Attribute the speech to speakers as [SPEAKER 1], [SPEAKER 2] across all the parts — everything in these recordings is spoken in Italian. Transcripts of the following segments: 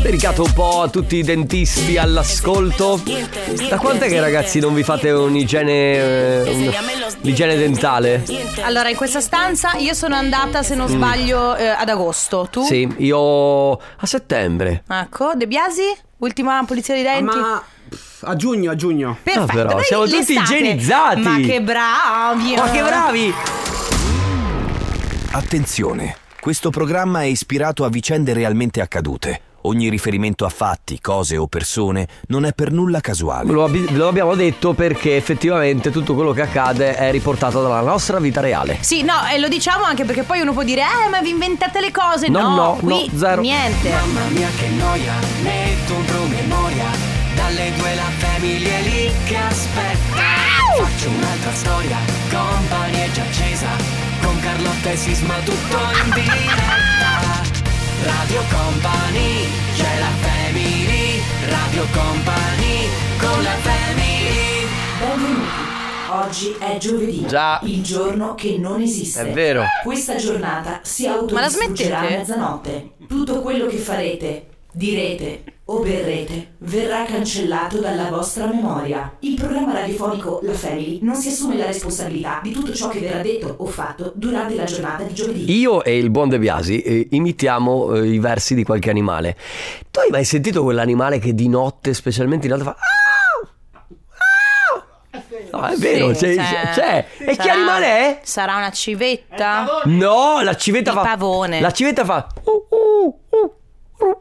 [SPEAKER 1] Dedicato un po' a tutti i dentisti all'ascolto. Da quant'è che ragazzi non vi fate un'igiene. eh, un- l'igiene dentale?
[SPEAKER 2] Allora, in questa stanza io sono andata, se non sbaglio, eh, ad agosto. Tu?
[SPEAKER 1] Mm. Sì, io a settembre.
[SPEAKER 2] Ecco, De Biasi, ultima pulizia di denti.
[SPEAKER 3] Ma pff, a giugno, a giugno.
[SPEAKER 2] Perfetto,
[SPEAKER 1] Ah, però,
[SPEAKER 2] noi
[SPEAKER 1] siamo tutti
[SPEAKER 2] l'estate-
[SPEAKER 1] igienizzati.
[SPEAKER 2] Ma che bravi!
[SPEAKER 1] Ma che bravi!
[SPEAKER 4] Attenzione, questo programma è ispirato a vicende realmente accadute. Ogni riferimento a fatti, cose o persone non è per nulla casuale.
[SPEAKER 1] Lo, abbi- lo abbiamo detto perché effettivamente tutto quello che accade è riportato dalla nostra vita reale.
[SPEAKER 2] Sì, no, e lo diciamo anche perché poi uno può dire, eh, ma vi inventate le cose.
[SPEAKER 1] No,
[SPEAKER 2] No,
[SPEAKER 1] no,
[SPEAKER 2] qui
[SPEAKER 1] no, zero.
[SPEAKER 2] niente.
[SPEAKER 5] Mamma mia che noia, metto un promemoria Dalle due la famiglia è lì che aspetta Faccio un'altra storia, company è già accesa Con Carlotta e Sisma tutto in diretta Radio Company, c'è la family Radio Company, con la family
[SPEAKER 6] Benvenuti. Oggi è giovedì,
[SPEAKER 1] Già.
[SPEAKER 6] il giorno che non esiste.
[SPEAKER 1] È vero.
[SPEAKER 6] Questa giornata si
[SPEAKER 2] Ma la
[SPEAKER 6] autodistruggerà a
[SPEAKER 2] smettete?
[SPEAKER 6] mezzanotte. Tutto quello che farete, direte o berrete verrà cancellato dalla vostra memoria. Il programma radiofonico La Family non si assume la responsabilità di tutto ciò che verrà detto o fatto durante la giornata di giovedì.
[SPEAKER 1] Io e il buon De Biasi eh, imitiamo eh, i versi di qualche animale. Tu hai mai sentito quell'animale che di notte, specialmente di notte, fa. "Au! Au!" No, è vero,
[SPEAKER 2] Sì,
[SPEAKER 1] c'è.
[SPEAKER 2] cioè,
[SPEAKER 1] c'è. E
[SPEAKER 2] sarà-
[SPEAKER 1] che animale è?
[SPEAKER 2] Sarà una civetta.
[SPEAKER 1] No, la civetta
[SPEAKER 2] Il
[SPEAKER 1] fa.
[SPEAKER 2] pavone.
[SPEAKER 1] La civetta fa. "Uh, uh, uh, uh."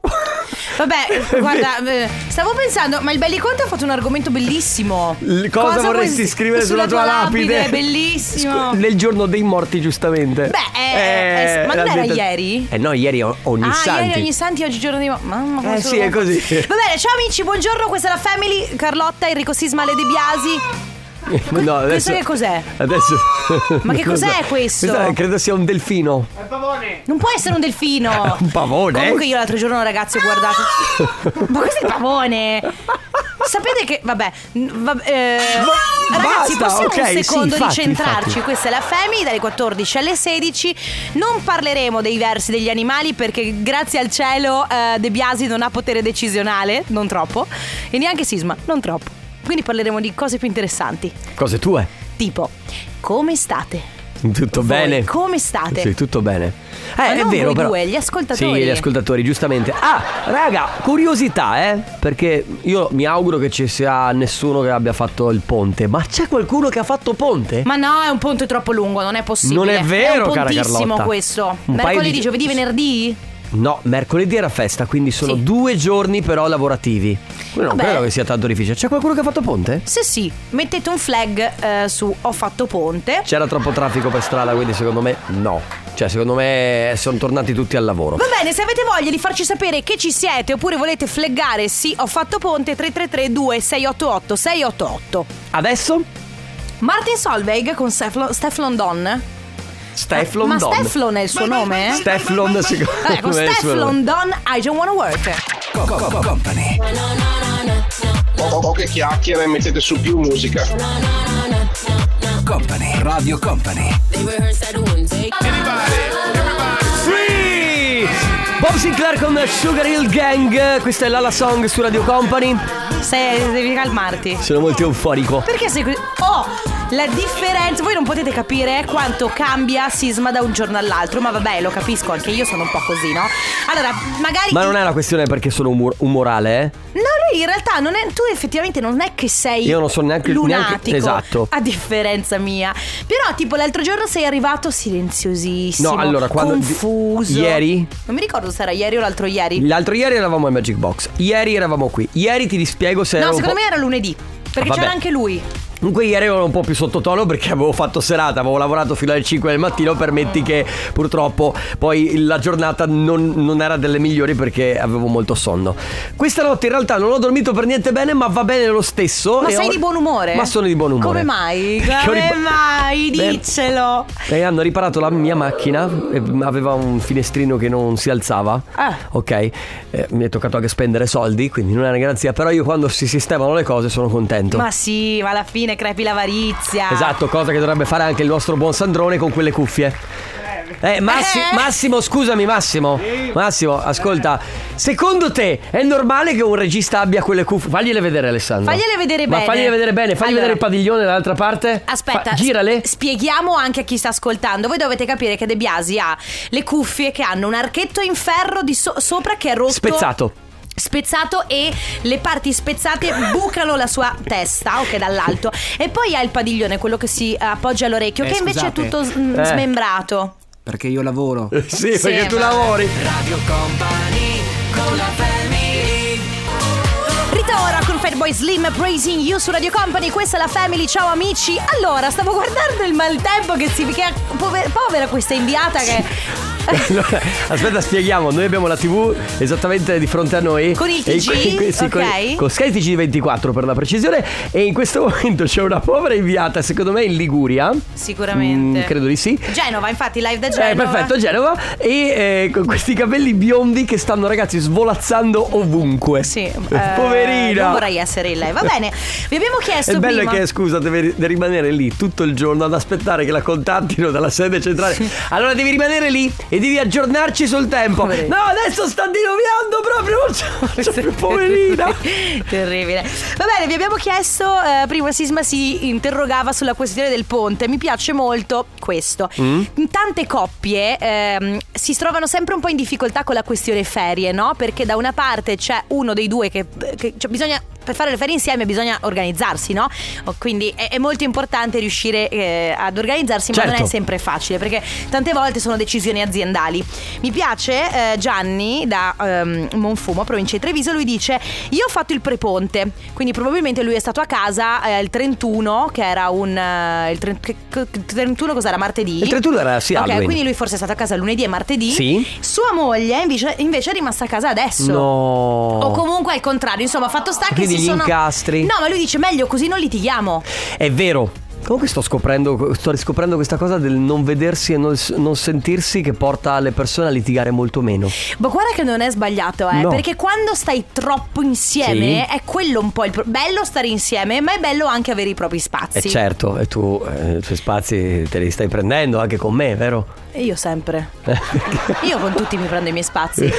[SPEAKER 2] Vabbè,
[SPEAKER 1] È
[SPEAKER 2] guarda, eh, stavo pensando, ma il Belliconte ha fatto un argomento bellissimo.
[SPEAKER 1] L- cosa, vorresti
[SPEAKER 2] vuoi-
[SPEAKER 1] scrivere sulla, tua lapide?
[SPEAKER 2] È bellissimo.
[SPEAKER 1] Scu- Nel giorno dei morti, giustamente.
[SPEAKER 2] Beh, eh, eh, ma non
[SPEAKER 1] l'ha
[SPEAKER 2] era
[SPEAKER 1] detto-
[SPEAKER 2] ieri?
[SPEAKER 1] Eh no, ieri o- ogni
[SPEAKER 2] ah,
[SPEAKER 1] santi.
[SPEAKER 2] ieri ogni santi, oggi giorno di... Mamma come
[SPEAKER 1] Eh,
[SPEAKER 2] sono-
[SPEAKER 1] sì, è così.
[SPEAKER 2] Va bene, ciao amici, buongiorno, questa è la Family, Carlotta, Enrico Sisma, Le De Biasi.
[SPEAKER 1] No, adesso,
[SPEAKER 2] Questo che cos'è?
[SPEAKER 1] adesso.
[SPEAKER 2] Ma che
[SPEAKER 1] non lo so.
[SPEAKER 2] cos'è questo?
[SPEAKER 1] Questo è- credo sia un delfino.
[SPEAKER 2] Non può essere un delfino.
[SPEAKER 1] Un pavone?
[SPEAKER 2] Comunque io l'altro giorno ragazzi ho guardato... ma questo è il pavone? Sapete che... Vabbè... n- va- eh,
[SPEAKER 1] Va-
[SPEAKER 2] ragazzi,
[SPEAKER 1] basta,
[SPEAKER 2] possiamo
[SPEAKER 1] ok, sì,
[SPEAKER 2] un secondo
[SPEAKER 1] infatti,
[SPEAKER 2] ricentrarci.
[SPEAKER 1] infatti.
[SPEAKER 2] Questa è la Family dalle 14 alle 16. Non parleremo dei versi degli animali perché grazie al cielo eh, De Biasi non ha potere decisionale, non troppo. E neanche Sisma, non troppo. Quindi parleremo di cose più interessanti.
[SPEAKER 1] Cose tue.
[SPEAKER 2] Tipo, come state?
[SPEAKER 1] Tutto
[SPEAKER 2] Voi
[SPEAKER 1] bene.
[SPEAKER 2] come state?
[SPEAKER 1] Sì, tutto bene. Eh,
[SPEAKER 2] Ma
[SPEAKER 1] è
[SPEAKER 2] non
[SPEAKER 1] vero,
[SPEAKER 2] voi
[SPEAKER 1] però.
[SPEAKER 2] due, gli ascoltatori.
[SPEAKER 1] Sì, gli ascoltatori, giustamente. Ah, raga, curiosità, eh. Perché io mi auguro che ci sia nessuno che abbia fatto il ponte. Ma c'è qualcuno che ha fatto ponte?
[SPEAKER 2] Ma no, è un ponte troppo lungo, non è possibile.
[SPEAKER 1] Non è vero,
[SPEAKER 2] è un
[SPEAKER 1] cara
[SPEAKER 2] pontissimo
[SPEAKER 1] Carlotta.
[SPEAKER 2] questo.
[SPEAKER 1] Un paio
[SPEAKER 2] Mercoledì,
[SPEAKER 1] di-
[SPEAKER 2] giovedì, venerdì?
[SPEAKER 1] No, mercoledì era festa, quindi sono
[SPEAKER 2] Sì.
[SPEAKER 1] due giorni però lavorativi. Quindi non
[SPEAKER 2] Vabbè.
[SPEAKER 1] credo che sia tanto difficile. C'è qualcuno che ha fatto ponte?
[SPEAKER 2] Se sì, mettete un flag eh, su ho fatto ponte.
[SPEAKER 1] C'era troppo traffico per strada, quindi secondo me no. Cioè, secondo me sono tornati tutti al lavoro.
[SPEAKER 2] Va bene, se avete voglia di farci sapere che ci siete oppure volete flaggare sì, ho fatto ponte 333 2688 688.
[SPEAKER 1] Adesso
[SPEAKER 2] Martin Solveig con Steflon, Steflon Don.
[SPEAKER 1] Steflon
[SPEAKER 2] Ma
[SPEAKER 1] Don.
[SPEAKER 2] Steflon Eh, è il suo nome?
[SPEAKER 1] Steflon secondo
[SPEAKER 2] Vabbè, con
[SPEAKER 1] me è il suo nome.
[SPEAKER 2] Steflon Don I don't wanna work.
[SPEAKER 7] Po- poche chiacchiere e mettete su più musica.
[SPEAKER 4] Company, Radio Company.
[SPEAKER 1] Sì! Bob Sinclair con Sugar Hill Gang, questa è l'ala song su Radio Company.
[SPEAKER 2] Se devi calmarti.
[SPEAKER 1] Sono molto euforico.
[SPEAKER 2] Perché sei così? Oh, la differenza. Voi non potete capire quanto cambia sisma da un giorno all'altro. Ma vabbè, lo capisco, anche io sono un po' così, no? Allora, magari.
[SPEAKER 1] Ma non è una questione perché sono umor- umorale, eh?
[SPEAKER 2] No, lui in realtà non è. Tu effettivamente non è che sei.
[SPEAKER 1] Io non sono neanche- neanche-
[SPEAKER 2] lunatico,
[SPEAKER 1] esatto.
[SPEAKER 2] A differenza mia. Però, tipo, l'altro giorno sei arrivato silenziosissimo.
[SPEAKER 1] No, allora, quando-
[SPEAKER 2] Confuso.
[SPEAKER 1] Ieri?
[SPEAKER 2] Non mi ricordo se era ieri o l'altro ieri.
[SPEAKER 1] L'altro ieri eravamo al Magic Box, ieri eravamo qui, ieri ti dispiego se... ero
[SPEAKER 2] no,
[SPEAKER 1] un
[SPEAKER 2] secondo
[SPEAKER 1] po'-
[SPEAKER 2] me era lunedì. Perché
[SPEAKER 1] Ah, vabbè.
[SPEAKER 2] c'era anche lui.
[SPEAKER 1] Comunque ieri ero un po' più sottotono perché avevo fatto serata, avevo lavorato fino alle 5 del mattino, permetti che purtroppo poi la giornata non, non era delle migliori perché avevo molto sonno. Questa notte in realtà non ho dormito per niente bene, ma va bene lo stesso.
[SPEAKER 2] Ma
[SPEAKER 1] e
[SPEAKER 2] sei
[SPEAKER 1] ho-
[SPEAKER 2] di buon umore?
[SPEAKER 1] Ma sono di buon umore.
[SPEAKER 2] Come mai?
[SPEAKER 1] Perché ho
[SPEAKER 2] Come
[SPEAKER 1] ripa-
[SPEAKER 2] mai?
[SPEAKER 1] Beh,
[SPEAKER 2] Diccelo.
[SPEAKER 1] eh, hanno riparato la mia macchina, eh, aveva un finestrino che non si alzava.
[SPEAKER 2] Ah.
[SPEAKER 1] Ok, Eh, mi è toccato anche spendere soldi, quindi non è una garanzia, però io quando si sistemano le cose sono contento.
[SPEAKER 2] Ma sì, ma alla fine crepi l'avarizia.
[SPEAKER 1] Esatto, cosa che dovrebbe fare anche il nostro buon Sandrone con quelle cuffie. Eh, Massi-
[SPEAKER 2] Eh?
[SPEAKER 1] Massimo, scusami Massimo. Massimo, ascolta. Secondo te è normale che un regista abbia quelle cuffie? Fagliele vedere Alessandro.
[SPEAKER 2] Fagliele vedere
[SPEAKER 1] Ma
[SPEAKER 2] bene.
[SPEAKER 1] fagliele vedere bene, fagli
[SPEAKER 2] Allora.
[SPEAKER 1] vedere il padiglione dall'altra parte.
[SPEAKER 2] Aspetta,
[SPEAKER 1] Fa- girale.
[SPEAKER 2] s- spieghiamo anche a chi sta ascoltando. Voi dovete capire che De Biasi ha le cuffie che hanno un archetto in ferro di so- sopra che è rotto.
[SPEAKER 1] Spezzato.
[SPEAKER 2] Spezzato e le parti spezzate bucano la sua testa, ok, dall'alto. E poi ha il padiglione, quello che si appoggia all'orecchio,
[SPEAKER 3] Eh,
[SPEAKER 2] che invece
[SPEAKER 3] scusate.
[SPEAKER 2] è tutto s- mm,
[SPEAKER 1] Eh.
[SPEAKER 2] smembrato.
[SPEAKER 3] Perché io lavoro.
[SPEAKER 1] Sì,
[SPEAKER 2] Sì,
[SPEAKER 1] perché tu
[SPEAKER 2] ma-
[SPEAKER 1] lavori.
[SPEAKER 5] Radio Company con la family
[SPEAKER 2] Rita ora con Fatboy Slim Praising You su Radio Company, questa è la Family, ciao amici. Allora, stavo guardando il maltempo che si che pover- povera questa inviata che
[SPEAKER 1] Allora, aspetta, spieghiamo. Noi abbiamo la TV esattamente di fronte a noi.
[SPEAKER 2] Con il
[SPEAKER 1] E in
[SPEAKER 2] TG,
[SPEAKER 1] que- sì, con-
[SPEAKER 2] ok.
[SPEAKER 1] Con, Sky TG24 per la precisione. E in questo momento c'è una povera inviata, secondo me in Liguria.
[SPEAKER 2] sicuramente
[SPEAKER 1] Mm, credo di sì.
[SPEAKER 2] Genova, infatti, live da Genova.
[SPEAKER 1] Eh, perfetto, Genova. E eh, con questi capelli biondi che stanno, ragazzi, svolazzando ovunque.
[SPEAKER 2] Sì, eh,
[SPEAKER 1] poverina.
[SPEAKER 2] Non vorrei essere in lei. Va bene, vi abbiamo chiesto
[SPEAKER 1] E il bello
[SPEAKER 2] prima.
[SPEAKER 1] è che, scusa, deve, ri- deve rimanere lì tutto il giorno ad aspettare che la contattino dalla sede centrale. Allora devi rimanere lì e devi aggiornarci sul tempo.
[SPEAKER 2] Poverina.
[SPEAKER 1] No, adesso sta diluviando proprio. non c'è- c'è più, poverina.
[SPEAKER 2] Terribile. Va bene, vi abbiamo chiesto. eh, prima Sisma si interrogava sulla questione del ponte. Mi piace molto questo. Tante coppie ehm, si trovano sempre un po' in difficoltà con la questione ferie, no? Perché da una parte c'è uno dei due che. che- cioè bisogna. Per fare le ferie insieme bisogna organizzarsi, no? O- Quindi è, è molto importante riuscire eh, ad organizzarsi, ma non
[SPEAKER 1] Certo.
[SPEAKER 2] è sempre facile, perché tante volte sono decisioni aziendali. Mi piace eh, Gianni da ehm, Monfumo, provincia di Treviso, lui dice io ho fatto il preponte, quindi probabilmente lui è stato a casa eh, il 31, che era un... eh, il tre- che- che- che- 31 cos'era? Martedì?
[SPEAKER 1] Il 31 era sì,
[SPEAKER 2] Ok,
[SPEAKER 1] Halloween.
[SPEAKER 2] quindi lui forse è stato a casa lunedì e martedì.
[SPEAKER 1] Sì.
[SPEAKER 2] Sua moglie invece, invece è rimasta a casa adesso.
[SPEAKER 1] No.
[SPEAKER 2] O comunque al contrario, insomma, fatto sta che
[SPEAKER 1] Quindi
[SPEAKER 2] si
[SPEAKER 1] gli
[SPEAKER 2] sono...
[SPEAKER 1] incastri.
[SPEAKER 2] No, ma lui dice meglio così non litighiamo.
[SPEAKER 1] È vero. Comunque sto scoprendo, sto riscoprendo questa cosa del non vedersi e non, non sentirsi che porta le persone a litigare molto meno. Eh,
[SPEAKER 2] Ma guarda che non è sbagliato, eh.
[SPEAKER 1] No.
[SPEAKER 2] Perché quando stai troppo insieme,
[SPEAKER 1] Sì.
[SPEAKER 2] è quello un po' il pro- bello stare insieme, ma è bello anche avere i propri spazi.
[SPEAKER 1] E certo, e tu eh, i tuoi spazi te li stai prendendo anche con me, vero?
[SPEAKER 2] E io sempre. Eh. io con tutti mi prendo i miei spazi.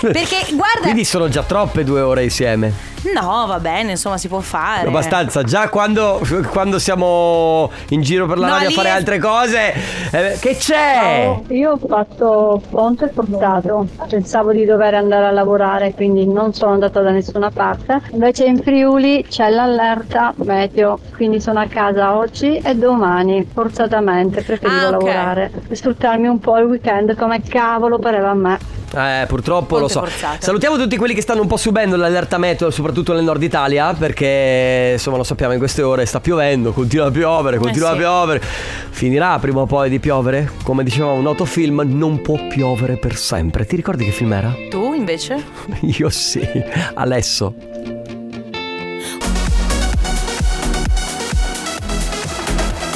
[SPEAKER 2] Perché guarda.
[SPEAKER 1] Quindi sono già troppe due ore insieme.
[SPEAKER 2] No, va bene, insomma, si può fare.
[SPEAKER 1] Abbastanza, già quando, quando siamo in giro per la
[SPEAKER 2] No,
[SPEAKER 1] radio a
[SPEAKER 2] lì
[SPEAKER 1] fare
[SPEAKER 2] è-
[SPEAKER 1] altre cose, eh, che c'è?
[SPEAKER 8] Io ho fatto ponte e portato, pensavo di dover andare a lavorare, quindi non sono andata da nessuna parte. Invece in Friuli c'è l'allerta meteo, quindi sono a casa oggi e domani, forzatamente, preferivo
[SPEAKER 2] Ah, ok.
[SPEAKER 8] lavorare. Sfruttarmi un po' il weekend come cavolo pareva a me.
[SPEAKER 1] Eh, purtroppo lo
[SPEAKER 2] Molte
[SPEAKER 1] so.
[SPEAKER 2] forzate.
[SPEAKER 1] Salutiamo tutti quelli che stanno un po' subendo l'allerta meteo, soprattutto nel nord Italia, perché insomma lo sappiamo in queste ore sta piovendo, continua a piovere, continua
[SPEAKER 2] Eh sì.
[SPEAKER 1] a piovere. Finirà prima o poi di piovere? Come diceva un noto film, non può piovere per sempre. Ti ricordi che film era?
[SPEAKER 2] Tu invece?
[SPEAKER 1] Io sì, Alesso.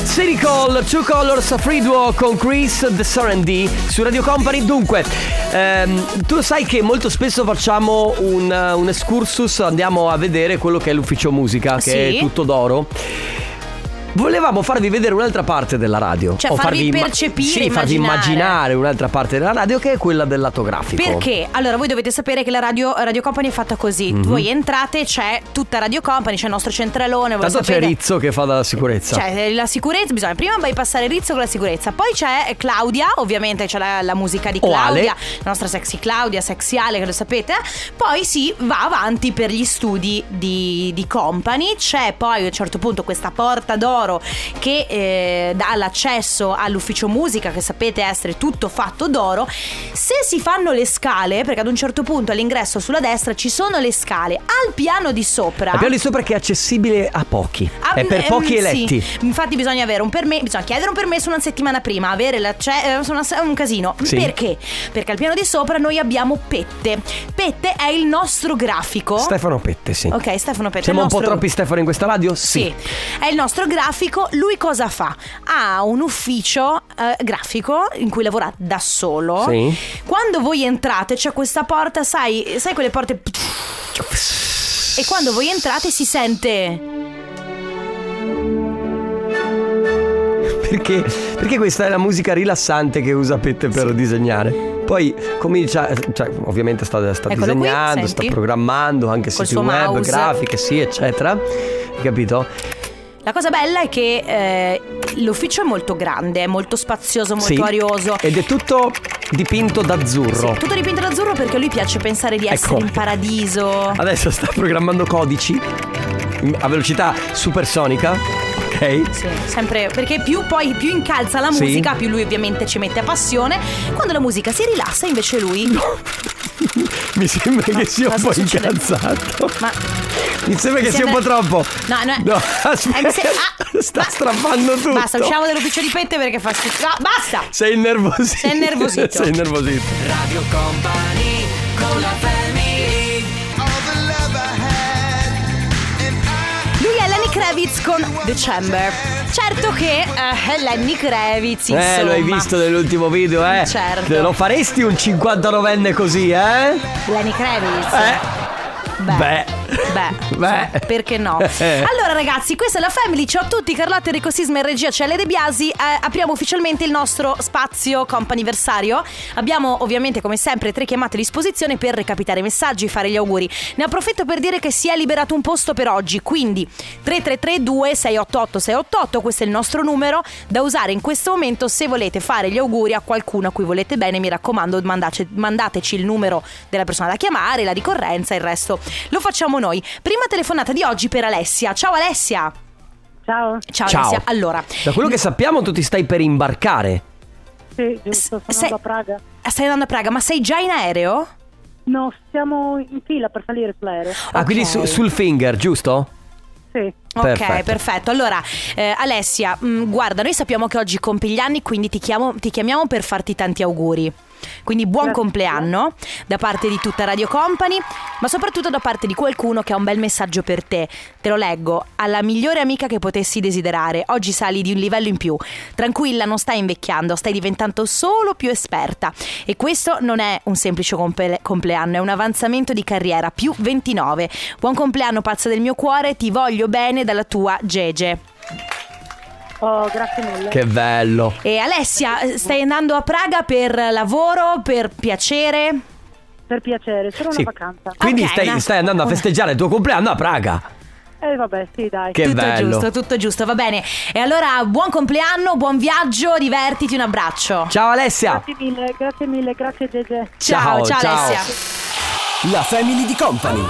[SPEAKER 1] City Call, Two Colors, Free Duo con Chris, The Serenity su Radio Company. Dunque, ehm, tu sai che molto spesso facciamo un, eh, un excursus, andiamo a vedere quello che è l'ufficio musica, che
[SPEAKER 2] Sì.
[SPEAKER 1] è tutto d'oro. Volevamo farvi vedere un'altra parte della radio.
[SPEAKER 2] Cioè,
[SPEAKER 1] o
[SPEAKER 2] farvi
[SPEAKER 1] farvi imma-
[SPEAKER 2] percepire,
[SPEAKER 1] Sì, farvi
[SPEAKER 2] immaginare.
[SPEAKER 1] immaginare un'altra parte della radio che è quella del lato grafico.
[SPEAKER 2] Perché? Allora, voi dovete sapere che la radio, radio Company è fatta così.
[SPEAKER 1] Mhm.
[SPEAKER 2] Voi entrate, c'è tutta Radio Company, c'è il nostro centralone. voi
[SPEAKER 1] Tanto c'è
[SPEAKER 2] sapete-
[SPEAKER 1] Rizzo che fa dalla sicurezza.
[SPEAKER 2] Cioè, la sicurezza, bisogna prima bypassare Rizzo con la sicurezza. Poi c'è eh, Claudia, ovviamente c'è la, la musica di
[SPEAKER 1] O
[SPEAKER 2] Claudia,
[SPEAKER 1] Ale.
[SPEAKER 2] la nostra sexy Claudia, sexy Ale, che lo sapete. Poi si va avanti per gli studi di, di Company. C'è poi a un certo punto questa porta d'oro che eh, dà l'accesso all'ufficio musica, che sapete essere tutto fatto d'oro. Se si fanno le scale, perché ad un certo punto all'ingresso sulla destra ci sono le scale, al piano di sopra.
[SPEAKER 1] Abbiamo lì sopra che è accessibile a pochi.
[SPEAKER 2] Ah,
[SPEAKER 1] è per
[SPEAKER 2] ehm,
[SPEAKER 1] pochi
[SPEAKER 2] sì.
[SPEAKER 1] eletti.
[SPEAKER 2] Infatti, bisogna avere un permesso. Bisogna chiedere un permesso una settimana prima. Avere la. Cioè, eh, insomma, è un casino.
[SPEAKER 1] Sì.
[SPEAKER 2] Perché? Perché al piano di sopra noi abbiamo Pette. Pette è il nostro grafico.
[SPEAKER 1] Stefano Pette, sì.
[SPEAKER 2] Ok, Stefano Pette.
[SPEAKER 1] Siamo
[SPEAKER 2] il
[SPEAKER 1] un po'
[SPEAKER 2] nostro-
[SPEAKER 1] troppi Stefano in questa radio? Sì.
[SPEAKER 2] sì, è il nostro grafico. Lui cosa fa? Ha un ufficio eh, grafico in cui lavora da solo.
[SPEAKER 1] Sì.
[SPEAKER 2] Quando voi entrate c'è questa porta, sai, sai quelle porte. E quando voi entrate si sente.
[SPEAKER 1] Perché, perché questa è la musica rilassante che usa Pet per disegnare. Poi comincia, cioè, ovviamente sta, sta
[SPEAKER 2] Eccolo qui,
[SPEAKER 1] disegnando, sta
[SPEAKER 2] senti.
[SPEAKER 1] programmando anche
[SPEAKER 2] Col
[SPEAKER 1] siti
[SPEAKER 2] suo
[SPEAKER 1] web,
[SPEAKER 2] mouse.
[SPEAKER 1] grafiche, sì, eccetera. Hai capito?
[SPEAKER 2] La cosa bella è che eh, l'ufficio è molto grande, è molto spazioso, molto
[SPEAKER 1] Sì.
[SPEAKER 2] arioso.
[SPEAKER 1] Ed è tutto dipinto d'azzurro.
[SPEAKER 2] Sì, tutto dipinto d'azzurro perché a lui piace pensare di essere
[SPEAKER 1] Ecco.
[SPEAKER 2] in paradiso.
[SPEAKER 1] Adesso sta programmando codici in- a velocità supersonica. Ok?
[SPEAKER 2] Sì, sempre perché più poi più incalza la
[SPEAKER 1] Sì.
[SPEAKER 2] musica, più lui ovviamente ci mette passione. Quando la musica si rilassa, invece lui
[SPEAKER 1] Mi sembra che sia un
[SPEAKER 2] cosa
[SPEAKER 1] po'
[SPEAKER 2] succede?
[SPEAKER 1] incazzato.
[SPEAKER 2] Ma
[SPEAKER 1] Mi sembra che sia un
[SPEAKER 2] sembra-
[SPEAKER 1] po' troppo.
[SPEAKER 2] No, no, è-
[SPEAKER 1] aspetta.
[SPEAKER 2] Eh, mi se- ah,
[SPEAKER 1] sta
[SPEAKER 2] ma-
[SPEAKER 1] strappando tutto.
[SPEAKER 2] basta, usciamo dall'ufficio di Pette perché fa schifo. No, basta!
[SPEAKER 1] Sei innervosito.
[SPEAKER 2] Sei innervosito.
[SPEAKER 1] Sei innervosito.
[SPEAKER 5] Radio Company con la family
[SPEAKER 2] Lui è Lenny Kravitz con December. Certo che eh, è Lenny Kravitz, insomma.
[SPEAKER 1] Eh, lo hai visto nell'ultimo video, eh?
[SPEAKER 2] Certo.
[SPEAKER 1] Lo faresti un 59enne così, eh?
[SPEAKER 2] Lenny Kravitz.
[SPEAKER 1] Eh,
[SPEAKER 2] Beh.
[SPEAKER 1] beh.
[SPEAKER 2] Beh,
[SPEAKER 1] Beh.
[SPEAKER 2] insomma, perché no? Allora, ragazzi, questa è la Family. Ciao a tutti, Carlotta Enrico Sisma e regia Celle De Biasi. Eh, apriamo ufficialmente il nostro spazio comp'anniversario. Abbiamo ovviamente, come sempre, tre chiamate a disposizione per recapitare i messaggi e fare gli auguri. Ne approfitto per dire che si è liberato un posto per oggi. Quindi 3332 688 688, questo è il nostro numero da usare in questo momento se volete fare gli auguri a qualcuno a cui volete bene. Mi raccomando, mandace- mandateci il numero della persona da chiamare, la ricorrenza, il resto lo facciamo noi. Prima telefonata di oggi per Alessia. Ciao Alessia!
[SPEAKER 8] Ciao,
[SPEAKER 2] Ciao,
[SPEAKER 1] Ciao.
[SPEAKER 2] Alessia. Allora,
[SPEAKER 1] Da quello che sappiamo tu ti stai per imbarcare.
[SPEAKER 8] sì,
[SPEAKER 2] giusto, sono Sei- andando a Praga. stai andando a Praga, ma sei già in aereo?
[SPEAKER 8] No, siamo in fila per salire sull'aereo.
[SPEAKER 1] Ah, quindi
[SPEAKER 2] Ok.
[SPEAKER 1] su- sul finger, giusto?
[SPEAKER 8] Sì.
[SPEAKER 2] Ok,
[SPEAKER 1] Perfetto.
[SPEAKER 2] perfetto. Allora, eh, Alessia, mh, guarda, noi sappiamo che oggi compi gli anni, quindi ti, chiamo- ti chiamiamo per farti tanti auguri. Quindi buon
[SPEAKER 8] Grazie.
[SPEAKER 2] compleanno da parte di tutta Radio Company, ma soprattutto da parte di qualcuno che ha un bel messaggio per te. Te lo leggo, alla migliore amica che potessi desiderare. Oggi sali di un livello in più. Tranquilla, non stai invecchiando, stai diventando solo più esperta. E questo non è un semplice comple- compleanno, è un avanzamento di carriera, più 29. Buon compleanno, pazza del mio cuore, ti voglio bene dalla tua Gege.
[SPEAKER 8] Oh, grazie mille.
[SPEAKER 1] Che bello.
[SPEAKER 2] E Alessia, stai andando a Praga per lavoro, per piacere?
[SPEAKER 8] Per piacere, solo
[SPEAKER 1] Sì.
[SPEAKER 8] una vacanza.
[SPEAKER 1] Quindi
[SPEAKER 2] Ok,
[SPEAKER 1] stai,
[SPEAKER 2] una-
[SPEAKER 1] stai andando a festeggiare il tuo compleanno a Praga.
[SPEAKER 8] E Eh, vabbè, sì, dai.
[SPEAKER 1] Che
[SPEAKER 2] tutto
[SPEAKER 1] bello.
[SPEAKER 2] giusto, tutto giusto, va bene. E allora buon compleanno, buon viaggio, divertiti, un abbraccio.
[SPEAKER 1] Ciao Alessia.
[SPEAKER 8] Grazie mille, grazie mille, grazie Gege.
[SPEAKER 2] Ciao,
[SPEAKER 1] Ciao,
[SPEAKER 2] ciao,
[SPEAKER 1] ciao.
[SPEAKER 2] Alessia.
[SPEAKER 4] La Family di Company.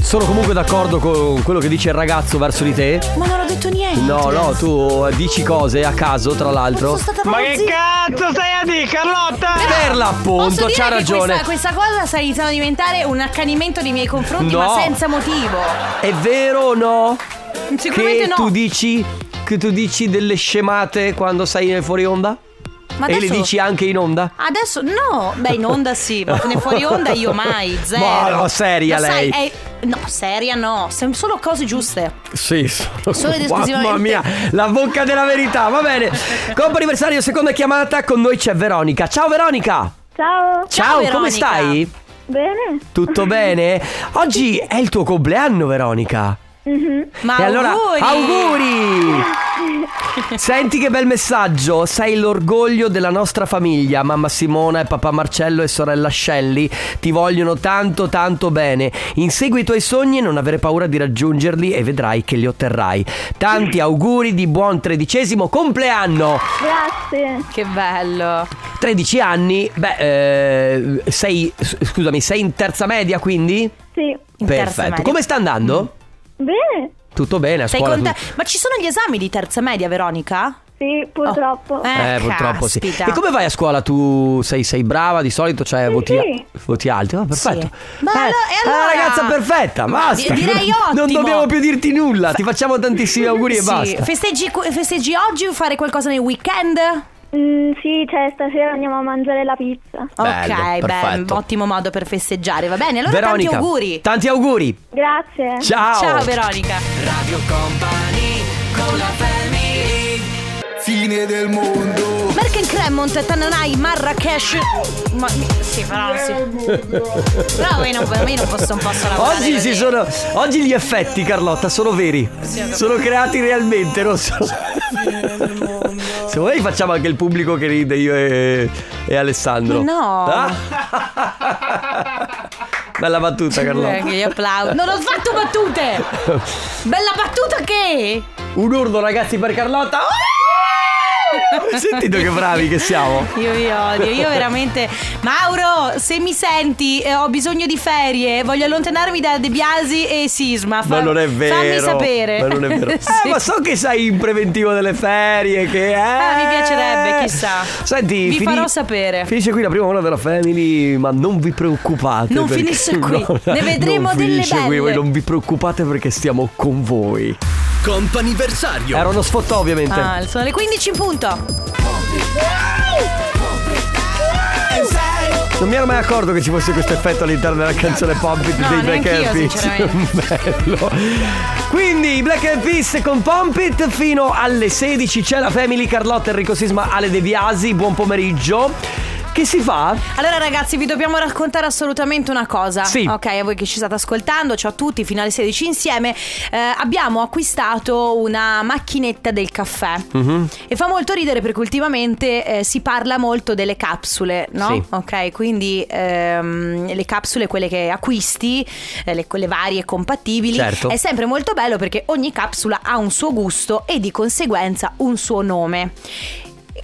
[SPEAKER 1] Sono comunque d'accordo con quello che dice il ragazzo verso di te.
[SPEAKER 2] Ma non ho detto niente.
[SPEAKER 1] No, no, tu eh, dici cose a caso, tra l'altro.
[SPEAKER 2] Sono stata Ma che
[SPEAKER 1] Per l'appunto,
[SPEAKER 2] Posso dire
[SPEAKER 1] c'ha
[SPEAKER 2] che
[SPEAKER 1] ragione.
[SPEAKER 2] Questa, questa cosa sta iniziando a diventare un accanimento nei miei confronti,
[SPEAKER 1] No.
[SPEAKER 2] ma senza motivo.
[SPEAKER 1] È vero o no?
[SPEAKER 2] Sicuramente
[SPEAKER 1] che
[SPEAKER 2] no.
[SPEAKER 1] tu dici che tu dici delle scemate quando sei fuori onda?
[SPEAKER 2] ma
[SPEAKER 1] e
[SPEAKER 2] adesso,
[SPEAKER 1] le dici anche in onda?
[SPEAKER 2] Adesso no, beh in onda sì, ma ne fuori onda io mai, zero.
[SPEAKER 1] Ma no, seria
[SPEAKER 2] Lo sai,
[SPEAKER 1] lei.
[SPEAKER 2] è- no, seria no, sono solo cose giuste.
[SPEAKER 1] Sì, sono
[SPEAKER 2] Solo ed
[SPEAKER 1] Mamma
[SPEAKER 2] esclusivamente.
[SPEAKER 1] mia, la bocca della verità, va bene. Compo anniversario, seconda chiamata, con noi c'è Veronica. Ciao Veronica!
[SPEAKER 8] Ciao,
[SPEAKER 2] Ciao,
[SPEAKER 1] come
[SPEAKER 2] Veronica.
[SPEAKER 1] stai?
[SPEAKER 8] bene?
[SPEAKER 1] Tutto bene? Oggi è il tuo compleanno, Veronica.
[SPEAKER 2] Ma
[SPEAKER 1] e allora,
[SPEAKER 2] auguri.
[SPEAKER 1] auguri! Senti che bel messaggio, sei l'orgoglio della nostra famiglia, mamma Simona e papà Marcello e sorella Shelly ti vogliono tanto tanto bene, insegui i tuoi sogni e non avere paura di raggiungerli e vedrai che li otterrai. Tanti auguri di buon tredicesimo compleanno!
[SPEAKER 8] Grazie.
[SPEAKER 2] Che bello.
[SPEAKER 1] 13 anni, beh, eh, sei, s- scusami, sei in terza media quindi?
[SPEAKER 8] Sì.
[SPEAKER 2] In terza
[SPEAKER 1] Perfetto,
[SPEAKER 2] media. Mm.
[SPEAKER 1] come sta andando?
[SPEAKER 8] Bene?
[SPEAKER 1] Tutto bene a
[SPEAKER 2] Sei
[SPEAKER 1] scuola?
[SPEAKER 2] conta-
[SPEAKER 1] tutto-
[SPEAKER 2] Ma ci sono gli esami di terza media, Veronica?
[SPEAKER 8] Sì,
[SPEAKER 2] Oh.
[SPEAKER 1] Eh, purtroppo sì.
[SPEAKER 2] caspita.
[SPEAKER 1] E come vai a scuola? Tu sei, sei brava di solito, cioè voti,
[SPEAKER 8] sì.
[SPEAKER 1] voti alti? Ah, perfetto.
[SPEAKER 2] Sì. Ma
[SPEAKER 1] Eh,
[SPEAKER 2] allo- e
[SPEAKER 1] eh,
[SPEAKER 2] allora?
[SPEAKER 1] ragazza perfetta,
[SPEAKER 2] Ma
[SPEAKER 1] basta.
[SPEAKER 2] di- direi
[SPEAKER 1] Non- Non
[SPEAKER 2] ottimo.
[SPEAKER 1] dobbiamo più dirti nulla, ti facciamo tantissimi auguri e
[SPEAKER 2] Sì.
[SPEAKER 1] basta.
[SPEAKER 2] Festeggi, festeggi oggi o fare qualcosa nel weekend?
[SPEAKER 8] sì, cioè stasera andiamo a mangiare la pizza.
[SPEAKER 1] Bello,
[SPEAKER 2] ok, beh,
[SPEAKER 1] perfetto.
[SPEAKER 2] ottimo modo per festeggiare, va bene? Allora
[SPEAKER 1] Veronica,
[SPEAKER 2] tanti auguri.
[SPEAKER 1] Tanti auguri.
[SPEAKER 8] Grazie.
[SPEAKER 1] Ciao.
[SPEAKER 2] Ciao Veronica.
[SPEAKER 5] Radio Company con la family
[SPEAKER 2] Mercoledì Marken Cremont, Tananai, Marrakesh. Ma sì, però sì. Però io non, io non posso, non posso lavorare.
[SPEAKER 1] Oggi, si
[SPEAKER 2] così.
[SPEAKER 1] sono, oggi gli effetti, Carlotta, sono veri. Sono creati realmente, non sono. Se vuoi facciamo anche il pubblico che ride io e, e Alessandro.
[SPEAKER 2] No.
[SPEAKER 1] Ah? Bella battuta,
[SPEAKER 2] Eh,
[SPEAKER 1] Carlotta.
[SPEAKER 2] che gli applaudo. Non ho fatto battute! Bella battuta che?
[SPEAKER 1] Un urlo, ragazzi, per Carlotta. Oh! Sentito che bravi che siamo.
[SPEAKER 2] Io vi odio, io veramente. Mauro, se mi senti, eh, ho bisogno di ferie, voglio allontanarmi da De Biasi e Sisma.
[SPEAKER 1] Ma
[SPEAKER 2] Fa-
[SPEAKER 1] non è vero.
[SPEAKER 2] Fammi sapere.
[SPEAKER 1] Ma non è vero.
[SPEAKER 2] Sì.
[SPEAKER 1] Eh, ma so che sai in preventivo delle ferie. Che è.
[SPEAKER 2] Ah, mi piacerebbe, chissà.
[SPEAKER 1] Senti,
[SPEAKER 2] Vi
[SPEAKER 1] fini-
[SPEAKER 2] farò sapere.
[SPEAKER 1] Finisce qui la prima ora della Family, ma non vi preoccupate.
[SPEAKER 2] Non
[SPEAKER 1] perché-
[SPEAKER 2] finisce qui.
[SPEAKER 1] No,
[SPEAKER 2] Ne vedremo
[SPEAKER 1] non
[SPEAKER 2] delle
[SPEAKER 1] finisce qui,
[SPEAKER 2] belle.
[SPEAKER 1] voi non vi preoccupate perché stiamo con voi.
[SPEAKER 5] Comp'anniversario
[SPEAKER 1] Era uno sfotto, ovviamente.
[SPEAKER 2] Ah, sono le 15 in punto.
[SPEAKER 1] Non mi ero mai accorto che ci fosse questo effetto all'interno della canzone Pump It
[SPEAKER 2] No,
[SPEAKER 1] dei
[SPEAKER 2] neanch'io,
[SPEAKER 1] Black Eyed Peas. Bello. Quindi i Black Eyed Peas con Pump It fino alle 16 c'è la Family Carlotta Enrico Sisma Ale De Biasi, buon pomeriggio. Che si fa?
[SPEAKER 2] Allora ragazzi vi dobbiamo raccontare assolutamente una cosa
[SPEAKER 1] Sì.
[SPEAKER 2] Ok a voi che ci state ascoltando Ciao a tutti fino alle 16 insieme Eh, Abbiamo acquistato una macchinetta del caffè
[SPEAKER 1] Mhm.
[SPEAKER 2] E fa molto ridere perché ultimamente eh, si parla molto delle capsule no?
[SPEAKER 1] Sì.
[SPEAKER 2] Ok quindi ehm, le capsule quelle che acquisti eh, le, quelle varie compatibili
[SPEAKER 1] Certo.
[SPEAKER 2] È sempre molto bello perché ogni capsula ha un suo gusto e di conseguenza un suo nome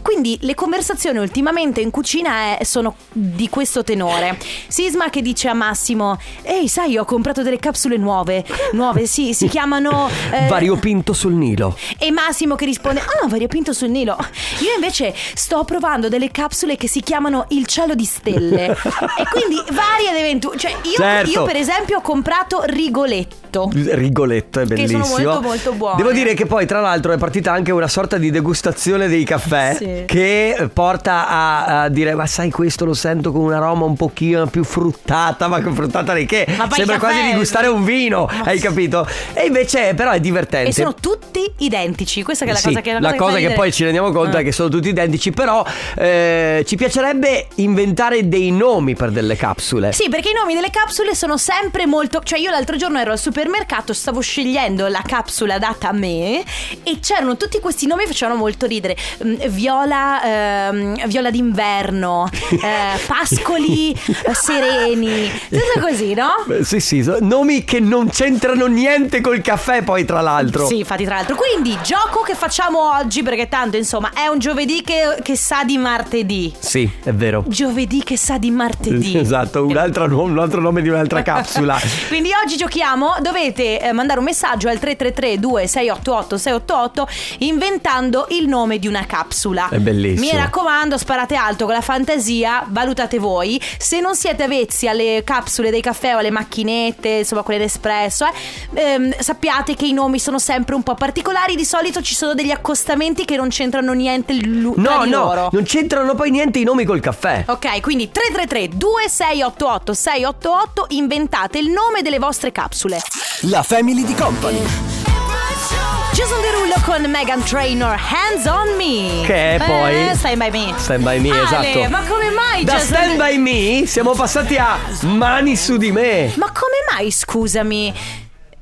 [SPEAKER 2] quindi le conversazioni ultimamente in cucina è- sono di questo tenore. Sisma che dice a Massimo: Ehi, sai, ho comprato delle capsule nuove. Nuove, sì, si chiamano. eh,
[SPEAKER 1] Variopinto sul Nilo.
[SPEAKER 2] E Massimo che risponde: Ah, variopinto sul Nilo. Io invece sto provando delle capsule che si chiamano Il cielo di stelle. e quindi varie ed eventuali. Cioè, io,
[SPEAKER 1] Certo.
[SPEAKER 2] io, per esempio, ho comprato Rigoletto.
[SPEAKER 1] Rigoletto è
[SPEAKER 2] Che
[SPEAKER 1] bellissimo.
[SPEAKER 2] sono molto, molto buone.
[SPEAKER 1] Devo dire che poi tra l'altro è partita anche una sorta di degustazione dei caffè
[SPEAKER 2] Sì.
[SPEAKER 1] che porta a, a dire ma sai questo lo sento con un aroma un pochino più fruttata, ma che fruttata di che?
[SPEAKER 2] Ma poi
[SPEAKER 1] Sembra
[SPEAKER 2] il caffè-
[SPEAKER 1] quasi di gustare un vino, hai capito? E invece però è divertente.
[SPEAKER 2] E sono tutti identici. Questa che è la
[SPEAKER 1] Sì,
[SPEAKER 2] cosa che
[SPEAKER 1] la cosa
[SPEAKER 2] fa
[SPEAKER 1] che,
[SPEAKER 2] ridere.
[SPEAKER 1] poi ci rendiamo conto
[SPEAKER 2] Ah.
[SPEAKER 1] è che sono tutti identici, però eh, ci piacerebbe inventare dei nomi per delle capsule.
[SPEAKER 2] Ah. Sì, perché i nomi delle capsule sono sempre molto. Cioè, io l'altro giorno ero al supermercato, stavo scegliendo la capsula data a me e c'erano tutti questi nomi che facevano molto ridere. Mm, Viola, ehm, viola d'inverno, eh, Pascoli eh, sereni, tutto così, no?
[SPEAKER 1] Beh, Sì, sì, so- nomi che non c'entrano niente col caffè, poi, tra l'altro.
[SPEAKER 2] Sì, infatti, tra l'altro. Quindi, gioco che facciamo oggi, perché tanto, insomma, è un giovedì che, che sa di martedì.
[SPEAKER 1] Sì, è vero.
[SPEAKER 2] Giovedì che sa di martedì.
[SPEAKER 1] Esatto, un'altra nu- un altro nome di un'altra capsula.
[SPEAKER 2] Quindi oggi giochiamo, dovete eh, mandare un messaggio al 333 2688 688 inventando il nome di una capsula.
[SPEAKER 1] È bellissimo.
[SPEAKER 2] Mi raccomando, sparate alto con la fantasia, valutate voi. Se non siete avvezzi alle capsule dei caffè o alle macchinette, insomma quelle d'espresso, eh, ehm, sappiate che i nomi sono sempre un po' particolari, di solito ci sono degli accostamenti che non c'entrano niente l'u- tra
[SPEAKER 1] No,
[SPEAKER 2] di loro.
[SPEAKER 1] no, non c'entrano poi niente i nomi col caffè.
[SPEAKER 2] Ok, quindi 333 2688 688 inventate il nome delle vostre capsule.
[SPEAKER 4] La Family di Company.
[SPEAKER 2] Jason Derulo con Megan Trainor Hands on Me.
[SPEAKER 1] Che è poi-
[SPEAKER 2] Eh, stand by me.
[SPEAKER 1] Stand by me,
[SPEAKER 2] Ale,
[SPEAKER 1] esatto.
[SPEAKER 2] Ma come mai
[SPEAKER 1] Da
[SPEAKER 2] Jason-
[SPEAKER 1] stand by me siamo passati a mani su di me.
[SPEAKER 2] Ma come mai, scusami?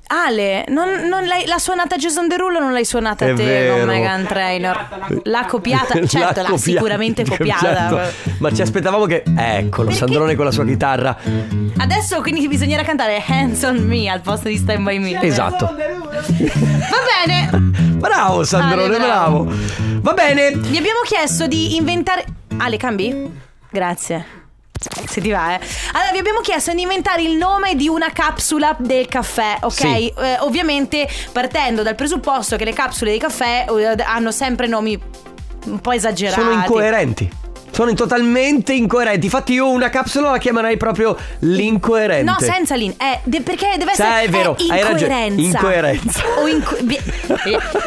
[SPEAKER 2] Ale, non, non l'hai, l'ha suonata Jason Derulo o non l'hai suonata
[SPEAKER 1] È
[SPEAKER 2] te
[SPEAKER 1] vero.
[SPEAKER 2] con Megan Trainor? L'ha copiata? Certo, l'ha,
[SPEAKER 1] copiata,
[SPEAKER 2] sicuramente copiata.
[SPEAKER 1] certo. Ma ci aspettavamo che. Eccolo,
[SPEAKER 2] Perché-
[SPEAKER 1] Sandrone con la sua chitarra.
[SPEAKER 2] Adesso quindi bisognerà cantare Hands on Me al posto di Stand by me.
[SPEAKER 1] Esatto.
[SPEAKER 2] Va bene.
[SPEAKER 1] Bravo, Sandrone,
[SPEAKER 2] Ale, bravo.
[SPEAKER 1] bravo. Va bene.
[SPEAKER 2] Gli abbiamo chiesto di inventare. Ale, cambi? Grazie. Se ti va, eh. Allora, vi abbiamo chiesto di inventare il nome di una capsula del caffè, ok?
[SPEAKER 1] Sì.
[SPEAKER 2] Eh, ovviamente partendo dal presupposto che le capsule dei caffè eh, hanno sempre nomi un po' esagerati.
[SPEAKER 1] Sono incoerenti. Sono totalmente incoerenti. Infatti, io una capsula la chiamerei proprio l'incoerente.
[SPEAKER 2] No, senza Lin. Eh, de- perché deve
[SPEAKER 1] Sì,
[SPEAKER 2] essere
[SPEAKER 1] è vero, hai
[SPEAKER 2] incoerenza.
[SPEAKER 1] ragione. Incoerenza.
[SPEAKER 2] O inco- bi- eh,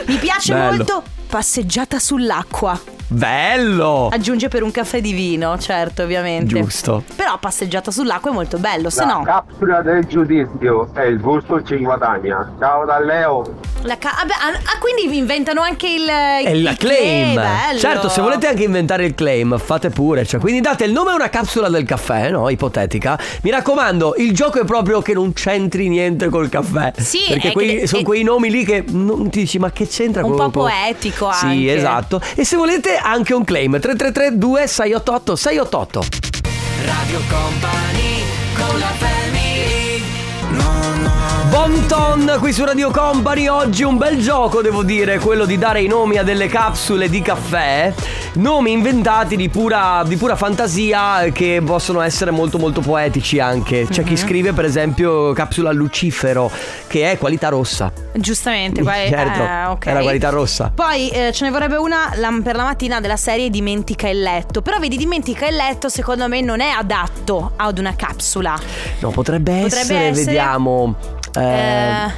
[SPEAKER 2] mi piace
[SPEAKER 1] Bello.
[SPEAKER 2] molto passeggiata sull'acqua.
[SPEAKER 1] Bello!
[SPEAKER 2] Aggiunge per un caffè di vino, certo, ovviamente.
[SPEAKER 1] Giusto.
[SPEAKER 2] Però passeggiata sull'acqua è molto bello, se no.
[SPEAKER 9] capsula del giudizio è il gusto ci guadagna. Ciao da Leo.
[SPEAKER 2] La ca- vabbè, ah, ah, quindi inventano anche il.
[SPEAKER 1] È
[SPEAKER 2] il
[SPEAKER 1] la
[SPEAKER 2] che
[SPEAKER 1] claim.
[SPEAKER 2] bello.
[SPEAKER 1] Certo, se volete anche inventare il claim, fate pure. Cioè, quindi date il nome a una capsula del caffè, no? Ipotetica. Mi raccomando, il gioco è proprio che non c'entri niente col caffè.
[SPEAKER 2] Sì,
[SPEAKER 1] Perché
[SPEAKER 2] è
[SPEAKER 1] quei-
[SPEAKER 2] che-
[SPEAKER 1] sono
[SPEAKER 2] è-
[SPEAKER 1] quei nomi lì che non ti dici, ma che c'entra
[SPEAKER 2] Un
[SPEAKER 1] quello
[SPEAKER 2] po'
[SPEAKER 1] con-"
[SPEAKER 2] poetico
[SPEAKER 1] Sì,
[SPEAKER 2] anche.
[SPEAKER 1] esatto. E se volete anche un claim: 333 2688 688
[SPEAKER 5] Radio Company con la family
[SPEAKER 1] Bonton qui su Radio Company oggi un bel gioco devo dire quello di dare i nomi a delle capsule di caffè nomi inventati di pura, di pura fantasia eh, che possono essere molto molto poetici anche c'è
[SPEAKER 2] Mhm.
[SPEAKER 1] chi scrive per esempio capsula lucifero che è qualità rossa
[SPEAKER 2] Giustamente, qua è.
[SPEAKER 1] Certo,
[SPEAKER 2] eh, ok.
[SPEAKER 1] è la qualità rossa.
[SPEAKER 2] Poi eh, ce ne vorrebbe una la- per la mattina della serie Dimentica il letto. Però vedi, Dimentica il letto, secondo me, non è adatto ad una capsula.
[SPEAKER 1] no potrebbe,
[SPEAKER 2] Potrebbe
[SPEAKER 1] essere,
[SPEAKER 2] essere-
[SPEAKER 1] vediamo eh,
[SPEAKER 2] Eh,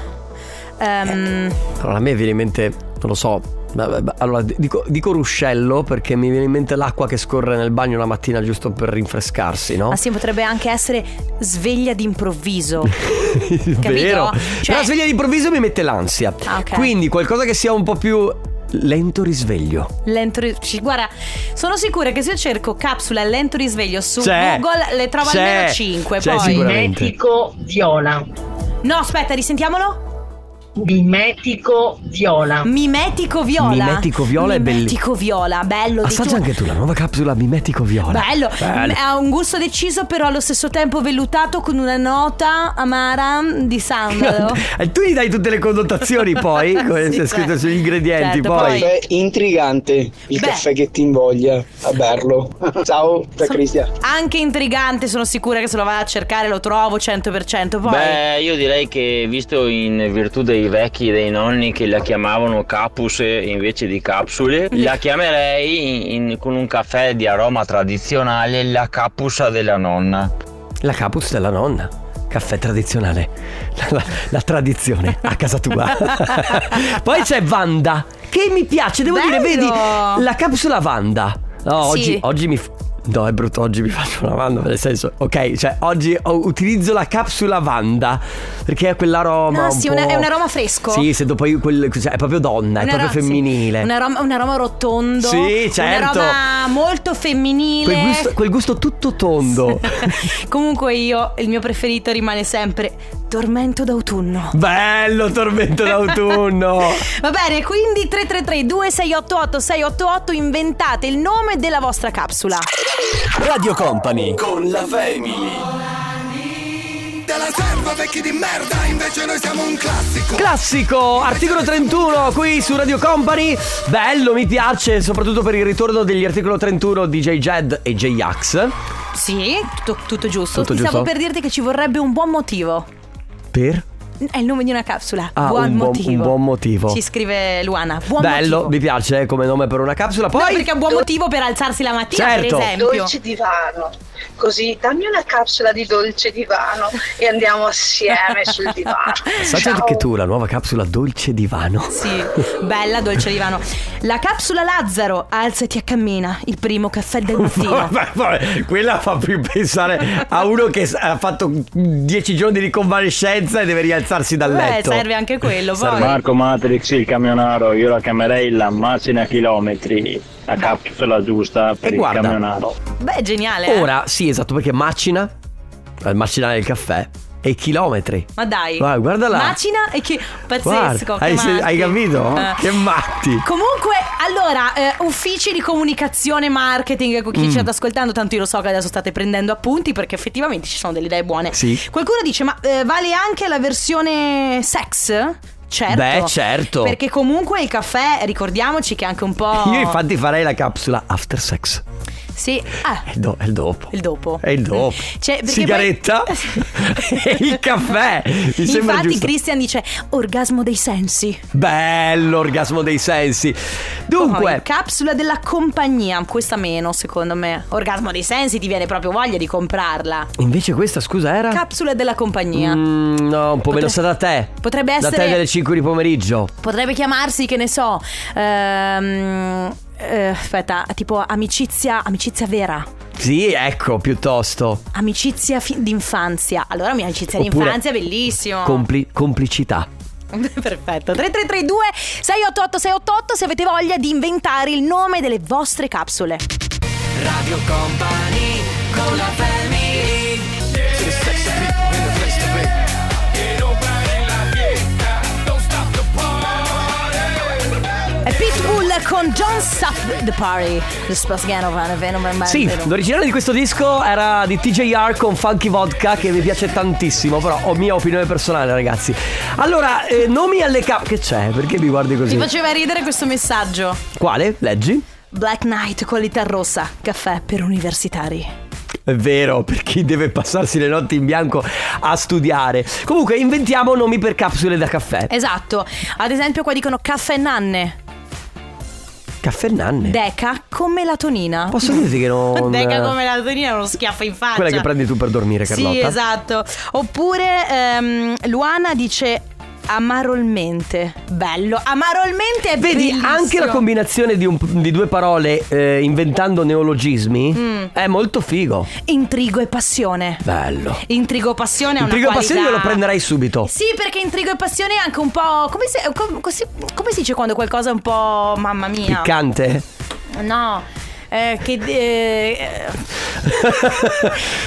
[SPEAKER 2] ehm,
[SPEAKER 1] allora a me viene in mente non lo so ma- ma- ma- allora dico, dico ruscello perché mi viene in mente l'acqua che scorre nel bagno la mattina giusto per rinfrescarsi no?
[SPEAKER 2] Ma sì, potrebbe anche essere sveglia d'improvviso. Capito?
[SPEAKER 1] Vero.
[SPEAKER 2] Cioè-
[SPEAKER 1] La sveglia d'improvviso mi mette l'ansia.
[SPEAKER 2] Ah, ok.
[SPEAKER 1] Quindi qualcosa che sia un po' più lento risveglio.
[SPEAKER 2] Lento risveglio. Guarda, sono sicura che se io cerco capsula lento risveglio su
[SPEAKER 1] C'è.
[SPEAKER 2] Google le trovo
[SPEAKER 1] C'è.
[SPEAKER 2] almeno 5.
[SPEAKER 1] C'è
[SPEAKER 2] poi.
[SPEAKER 1] sicuramente.
[SPEAKER 10] viola.
[SPEAKER 2] No, aspetta, risentiamolo.
[SPEAKER 10] Dimetico viola.
[SPEAKER 2] Mimetico viola.
[SPEAKER 1] Mimetico viola è bellissimo. Ah,
[SPEAKER 2] Mimetico viola, bello. di
[SPEAKER 1] Assaggia
[SPEAKER 2] tu-
[SPEAKER 1] anche tu la nuova capsula mimetico viola.
[SPEAKER 2] Bello. ha un gusto deciso però allo stesso tempo vellutato con una nota amara di Oh. sandalo.
[SPEAKER 1] E tu gli dai tutte le connotazioni poi, come
[SPEAKER 2] Sì,
[SPEAKER 1] c'è scritto
[SPEAKER 2] certo.
[SPEAKER 1] sugli ingredienti
[SPEAKER 2] Certo,
[SPEAKER 1] poi.
[SPEAKER 2] poi-
[SPEAKER 9] intrigante
[SPEAKER 2] il Beh. caffè
[SPEAKER 9] che ti invoglia a berlo. Ciao da
[SPEAKER 2] Sono- Anche intrigante, sono sicura che se lo vado a cercare lo trovo 100%. Poi
[SPEAKER 11] Beh, io direi che visto in virtù dei vecchi e dei nonni che la chiamavano capuse invece di capsule,
[SPEAKER 2] Mm.
[SPEAKER 11] la chiamerei in- in- con un caffè di aroma tradizionale la capusa della nonna.
[SPEAKER 1] La capus della nonna. Caffè tradizionale. La, la- la tradizione a casa tua. Poi c'è Vanda, che mi piace, devo dire,
[SPEAKER 2] Bello!
[SPEAKER 1] vedi, la capsula Vanda. No,
[SPEAKER 2] Sì.
[SPEAKER 1] oggi, oggi mi... f- No, è brutto, oggi mi faccio una Vanda, nel senso, ok, cioè oggi ho- utilizzo la capsula Vanda, perché è quell'aroma...
[SPEAKER 2] Ah,
[SPEAKER 1] un
[SPEAKER 2] sì,
[SPEAKER 1] po'-
[SPEAKER 2] una- è un aroma fresco.
[SPEAKER 1] Sì, sento poi quel... cioè, è proprio donna, è
[SPEAKER 2] Una
[SPEAKER 1] proprio
[SPEAKER 2] ro- sì.
[SPEAKER 1] femminile.
[SPEAKER 2] Una rom- un aroma rotondo.
[SPEAKER 1] Sì, certo.
[SPEAKER 2] Un aroma molto femminile.
[SPEAKER 1] Quel gusto, quel gusto tutto tondo.
[SPEAKER 2] Comunque io, il mio preferito rimane sempre Tormento d'autunno.
[SPEAKER 1] Bello tormento d'autunno.
[SPEAKER 2] Va bene, quindi 333 2688 688 inventate il nome della vostra capsula.
[SPEAKER 4] Radio Company con la
[SPEAKER 1] Classico, articolo 31 qui su Radio Company. Bello, mi piace, soprattutto per il ritorno degli articolo 31 di J. Jed e J-Ax.
[SPEAKER 2] Sì, tutto, tutto giusto.
[SPEAKER 1] Tutto
[SPEAKER 2] Ti
[SPEAKER 1] giusto?
[SPEAKER 2] stavo per dirti che ci vorrebbe un buon motivo.
[SPEAKER 1] Per?
[SPEAKER 2] È il nome di una capsula.
[SPEAKER 1] Ah,
[SPEAKER 2] buon
[SPEAKER 1] un buon-
[SPEAKER 2] motivo.
[SPEAKER 1] un buon motivo.
[SPEAKER 2] Ci scrive Luana. Buon
[SPEAKER 1] Bello,
[SPEAKER 2] motivo.
[SPEAKER 1] mi piace eh, come nome per una capsula.
[SPEAKER 2] No,
[SPEAKER 1] Poi,
[SPEAKER 2] perché è un buon motivo per alzarsi la mattina,
[SPEAKER 1] Certo.
[SPEAKER 2] per esempio.
[SPEAKER 10] Dolce divano. Così dammi una capsula di dolce divano e andiamo assieme sul divano.
[SPEAKER 1] assaggia
[SPEAKER 10] Ciao.
[SPEAKER 1] anche tu la nuova capsula dolce divano.
[SPEAKER 2] Sì, bella dolce divano. La capsula Lazzaro, alzati e cammina, il primo caffè del mattino.
[SPEAKER 1] Vabbè, vabbè, quella fa più pensare a uno che s- ha fatto 10 giorni di convalescenza e deve rialzarsi dal
[SPEAKER 2] Beh,
[SPEAKER 1] letto.
[SPEAKER 2] Eh, serve anche quello, poi.
[SPEAKER 11] Marco Matrix il camionaro, io la chiamerei la macina chilometri, la capsula giusta
[SPEAKER 1] E guarda.
[SPEAKER 2] Beh, geniale. eh.
[SPEAKER 1] Ora, sì, esatto, perché macina, al macinare il caffè, e chilometri.
[SPEAKER 2] Ma dai.
[SPEAKER 1] Guarda, guarda là.
[SPEAKER 2] Macina e chi... Pazzesco.
[SPEAKER 1] Guarda,
[SPEAKER 2] che
[SPEAKER 1] hai, se-
[SPEAKER 2] matti.
[SPEAKER 1] hai capito?
[SPEAKER 2] Eh.
[SPEAKER 1] Che matti.
[SPEAKER 2] Comunque, allora, eh, uffici di comunicazione, marketing, con chi
[SPEAKER 1] Mm.
[SPEAKER 2] ci sta ascoltando, tanto io lo so che adesso state prendendo appunti perché effettivamente ci sono delle idee buone.
[SPEAKER 1] Sì.
[SPEAKER 2] Qualcuno dice, ma eh, vale anche la versione sex? Certo.
[SPEAKER 1] Beh, certo.
[SPEAKER 2] Perché comunque il caffè, ricordiamoci che è anche un po'...
[SPEAKER 1] Io infatti farei la capsula after sex.
[SPEAKER 2] Sì. Ah,
[SPEAKER 1] È il, do- è il dopo.
[SPEAKER 2] il dopo.
[SPEAKER 1] È il dopo.
[SPEAKER 2] Cioè, perché
[SPEAKER 1] Sigaretta
[SPEAKER 2] poi-
[SPEAKER 1] e il caffè. Mi sembra
[SPEAKER 2] Infatti
[SPEAKER 1] giusto.
[SPEAKER 2] Christian dice orgasmo dei sensi.
[SPEAKER 1] Bello, orgasmo dei sensi.
[SPEAKER 2] Poi,
[SPEAKER 1] Dunque,
[SPEAKER 2] capsula della compagnia, questa meno secondo me. Orgasmo dei sensi, ti viene proprio voglia di comprarla.
[SPEAKER 1] invece questa scusa era...
[SPEAKER 2] Capsula della compagnia.
[SPEAKER 1] Ah. Mm, no, un po' meno sa da te.
[SPEAKER 2] potrebbe
[SPEAKER 1] Da te
[SPEAKER 2] essere-
[SPEAKER 1] delle 5 di pomeriggio.
[SPEAKER 2] Potrebbe chiamarsi, che ne so, ehm, eh, aspetta, tipo amicizia, amicizia vera,
[SPEAKER 1] Sì, ecco, piuttosto.
[SPEAKER 2] amicizia fi- d'infanzia. Allora, mia amicizia
[SPEAKER 1] Oppure-
[SPEAKER 2] d'infanzia è bellissimo.
[SPEAKER 1] Compli- complicità.
[SPEAKER 2] Perfetto. 3332 688 688 se avete voglia di inventare il nome delle vostre capsule.
[SPEAKER 5] Radio Company con la family To the sexy people in the place to be Get over en la fiesta Don't stop the party
[SPEAKER 2] È Pitbull con John Stop the Party. The Spass Gano, Van Venom, Van
[SPEAKER 1] Sì,
[SPEAKER 2] Venom.
[SPEAKER 1] l'originale di questo disco era di TJR con Funky Vodka che mi piace tantissimo, però ho mia opinione personale ragazzi. Allora, eh, nomi alle cap... Che c'è? Perché mi guardi così?
[SPEAKER 2] Ti faceva ridere questo messaggio.
[SPEAKER 1] Quale? Leggi?
[SPEAKER 2] Black Knight, qualità rossa, caffè per universitari.
[SPEAKER 1] È vero, per chi deve passarsi le notti in bianco a studiare. Comunque, inventiamo nomi per capsule da caffè.
[SPEAKER 2] Esatto. Ad esempio qua dicono caffè nanne,
[SPEAKER 1] Caffè nanne.
[SPEAKER 2] deca con melatonina.
[SPEAKER 1] Posso dirti che non...
[SPEAKER 2] Deca con melatonina è uno schiaffo in faccia.
[SPEAKER 1] eh, Quella che prendi tu per dormire, Carlotta.
[SPEAKER 2] Sì, esatto. Oppure ehm, Luana dice amarolmente. Bello, amarolmente è
[SPEAKER 1] Vedi,
[SPEAKER 2] bellissimo.
[SPEAKER 1] anche la combinazione di, un- di due parole eh, inventando neologismi
[SPEAKER 2] Mm.
[SPEAKER 1] è molto figo.
[SPEAKER 2] Intrigo e passione.
[SPEAKER 1] Bello.
[SPEAKER 2] Intrigo e passione è una
[SPEAKER 1] Intrigo e passione io
[SPEAKER 2] qualità-
[SPEAKER 1] lo prenderei subito.
[SPEAKER 2] Sì, perché intrigo e passione è anche un po'. Come si, com- così- come si dice quando qualcosa è un po'. Mamma mia.
[SPEAKER 1] Piccante.
[SPEAKER 2] No. eh, che. eh,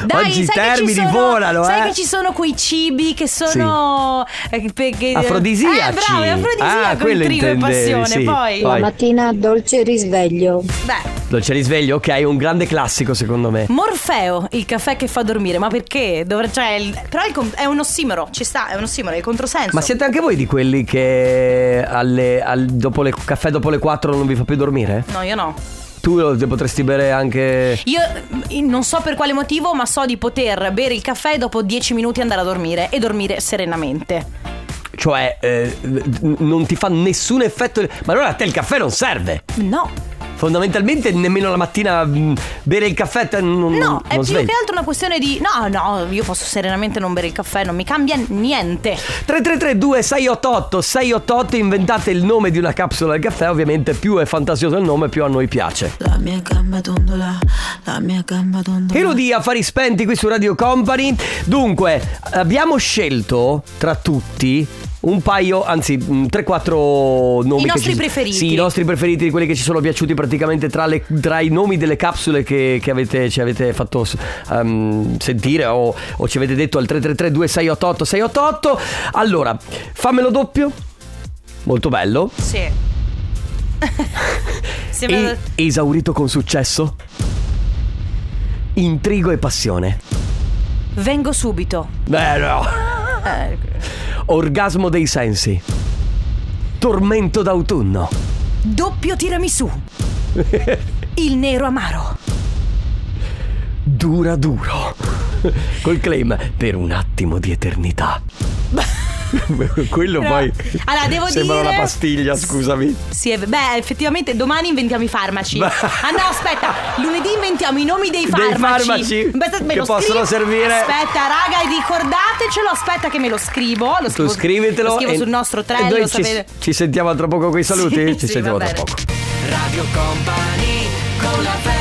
[SPEAKER 2] dai,
[SPEAKER 1] Oggi i
[SPEAKER 2] sai che ci
[SPEAKER 1] termini
[SPEAKER 2] sono,
[SPEAKER 1] volano,
[SPEAKER 2] Sai
[SPEAKER 1] eh.
[SPEAKER 2] che ci sono quei cibi che sono. eh, perché-
[SPEAKER 1] Afrodisiaci.
[SPEAKER 2] Eh, bravo, è afrodisiaco,
[SPEAKER 1] Ah, quello
[SPEAKER 2] intrigo e
[SPEAKER 1] intendevi,
[SPEAKER 2] passione.
[SPEAKER 1] sì. Oh.
[SPEAKER 2] Poi.
[SPEAKER 1] La Vai.
[SPEAKER 12] mattina dolce risveglio.
[SPEAKER 2] Beh,
[SPEAKER 1] Dolce risveglio, ok, un grande classico secondo me.
[SPEAKER 2] Morfeo, il caffè che fa dormire, ma perché? Dovre- cioè, il- però il com- è un ossimoro, ci sta, è un ossimoro, è il controsenso.
[SPEAKER 1] Ma siete anche voi di quelli che alle- al- dopo le, caffè dopo le 4 non vi fa più dormire?
[SPEAKER 2] No, io no.
[SPEAKER 1] Tu lo- potresti bere anche...
[SPEAKER 2] Io eh, non so per quale motivo, ma so di poter bere il caffè e dopo 10 minuti andare a dormire e dormire serenamente.
[SPEAKER 1] Cioè, eh, n- non ti fa nessun effetto... Ma allora a te il caffè non serve.
[SPEAKER 2] No,
[SPEAKER 1] Fondamentalmente nemmeno la mattina mh, bere il caffè te- non,
[SPEAKER 2] no,
[SPEAKER 1] Mm, non
[SPEAKER 2] è più
[SPEAKER 1] svegli.
[SPEAKER 2] che altro una questione di no, no, io posso serenamente non bere il caffè, non mi cambia niente.
[SPEAKER 1] 333 2688 688 inventate il nome di una capsula del caffè, ovviamente più è fantasioso il nome più a noi piace.
[SPEAKER 13] La mia gamba dondola, la mia gamba dondola.
[SPEAKER 1] Elodia, affari spenti qui su Radio Company. Dunque, abbiamo scelto tra tutti un paio, anzi 3-4 nomi.
[SPEAKER 2] I
[SPEAKER 1] che
[SPEAKER 2] nostri
[SPEAKER 1] ci-
[SPEAKER 2] preferiti.
[SPEAKER 1] Sì, i nostri preferiti, quelli che ci sono piaciuti praticamente tra, le- tra i nomi delle capsule che, che avete, ci avete fatto ehm, sentire o, o ci avete detto al 333-2688-688. Allora, fammelo doppio. Molto bello.
[SPEAKER 2] Sì. Sembra
[SPEAKER 1] E esaurito con successo. Intrigo e passione.
[SPEAKER 2] vengo subito.
[SPEAKER 1] Beh, no.
[SPEAKER 2] Eh,
[SPEAKER 1] Orgasmo dei sensi. Tormento d'autunno.
[SPEAKER 2] doppio tiramisù. Il nero amaro.
[SPEAKER 1] Dura duro. Col claim per un attimo di eternità. Ah, Quello
[SPEAKER 2] Però-
[SPEAKER 1] poi.
[SPEAKER 2] Allora, devo
[SPEAKER 1] Sembra
[SPEAKER 2] dire-
[SPEAKER 1] una pastiglia, scusami.
[SPEAKER 2] Sì, è- beh, effettivamente domani inventiamo i farmaci. Ah no, aspetta, lunedì inventiamo i nomi dei
[SPEAKER 1] Dei
[SPEAKER 2] farmaci.
[SPEAKER 1] farmaci
[SPEAKER 2] Aspetta, me
[SPEAKER 1] che
[SPEAKER 2] lo
[SPEAKER 1] possono
[SPEAKER 2] scrivo.
[SPEAKER 1] servire.
[SPEAKER 2] Aspetta, raga, ricordatecelo, aspetta che me lo scrivo. Lo
[SPEAKER 1] Tu
[SPEAKER 2] scrivo,
[SPEAKER 1] scrivetelo.
[SPEAKER 2] Lo scrivo
[SPEAKER 1] e-
[SPEAKER 2] sul nostro
[SPEAKER 1] e
[SPEAKER 2] trello,
[SPEAKER 1] noi ci,
[SPEAKER 2] sapete.
[SPEAKER 1] ci sentiamo tra poco con i saluti.
[SPEAKER 2] Sì,
[SPEAKER 1] ci
[SPEAKER 2] sì,
[SPEAKER 1] sentiamo
[SPEAKER 2] va
[SPEAKER 1] tra
[SPEAKER 2] bene.
[SPEAKER 1] poco.
[SPEAKER 5] Radio Company con la family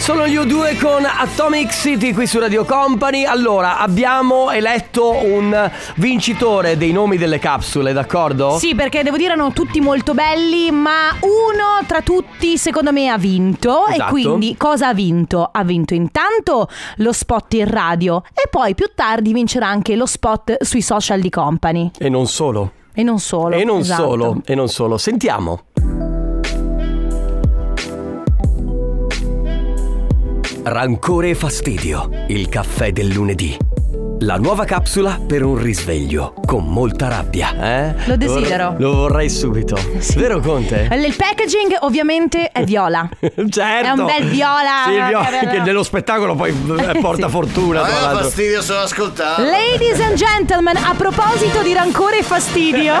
[SPEAKER 1] Sono gli U2 con Atomic City qui su Radio Company. Allora, abbiamo eletto un vincitore dei nomi delle capsule, d'accordo?
[SPEAKER 2] Sì, perché devo dire erano tutti molto belli, ma uno tra tutti secondo me ha vinto. E
[SPEAKER 1] Esatto.
[SPEAKER 2] quindi cosa ha vinto? Ha vinto intanto lo spot in radio e poi più tardi vincerà anche lo spot sui social di Company.
[SPEAKER 1] E non solo.
[SPEAKER 2] E non solo.
[SPEAKER 1] E non
[SPEAKER 2] esatto.
[SPEAKER 1] solo, e non solo. Sentiamo. Rancore e fastidio, il caffè del lunedì. La nuova capsula per un risveglio, con molta rabbia, eh?
[SPEAKER 2] Lo desidero.
[SPEAKER 1] Lo vorrei subito. Vero Conte?
[SPEAKER 2] Eh, Il packaging ovviamente è viola.
[SPEAKER 1] Certo.
[SPEAKER 2] È un bel viola.
[SPEAKER 1] Sì, il viola,
[SPEAKER 2] Che-
[SPEAKER 1] che nello spettacolo poi eh, porta fortuna. tra l'altro.
[SPEAKER 14] solo ascoltare.
[SPEAKER 2] Ladies and gentlemen, a proposito di rancore e fastidio,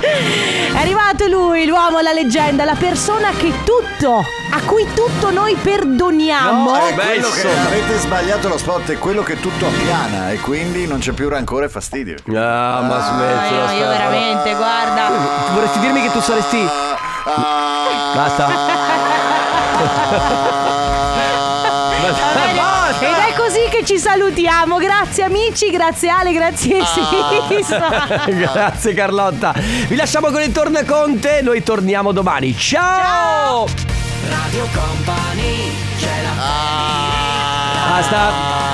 [SPEAKER 2] è arrivato lui, l'uomo, la leggenda, la persona che tutto, a cui tutto noi perdoniamo.
[SPEAKER 14] No,
[SPEAKER 1] eh,
[SPEAKER 14] è quello che avete sbagliato lo spot, è quello che tutto appiana e quindi non c'è più rancore e fastidio.
[SPEAKER 1] Ah, ma smettila. Eh,
[SPEAKER 2] io veramente, guarda.
[SPEAKER 14] ah,
[SPEAKER 1] dovresti dirmi che tu saresti. Basta.
[SPEAKER 2] Ed è così che ci salutiamo. Grazie amici, grazie Ale, grazie Sisa.
[SPEAKER 1] Grazie Carlotta. Vi lasciamo con il tornaconte. Noi torniamo domani. Ciao!
[SPEAKER 5] Radio Company, c'è la
[SPEAKER 1] Basta.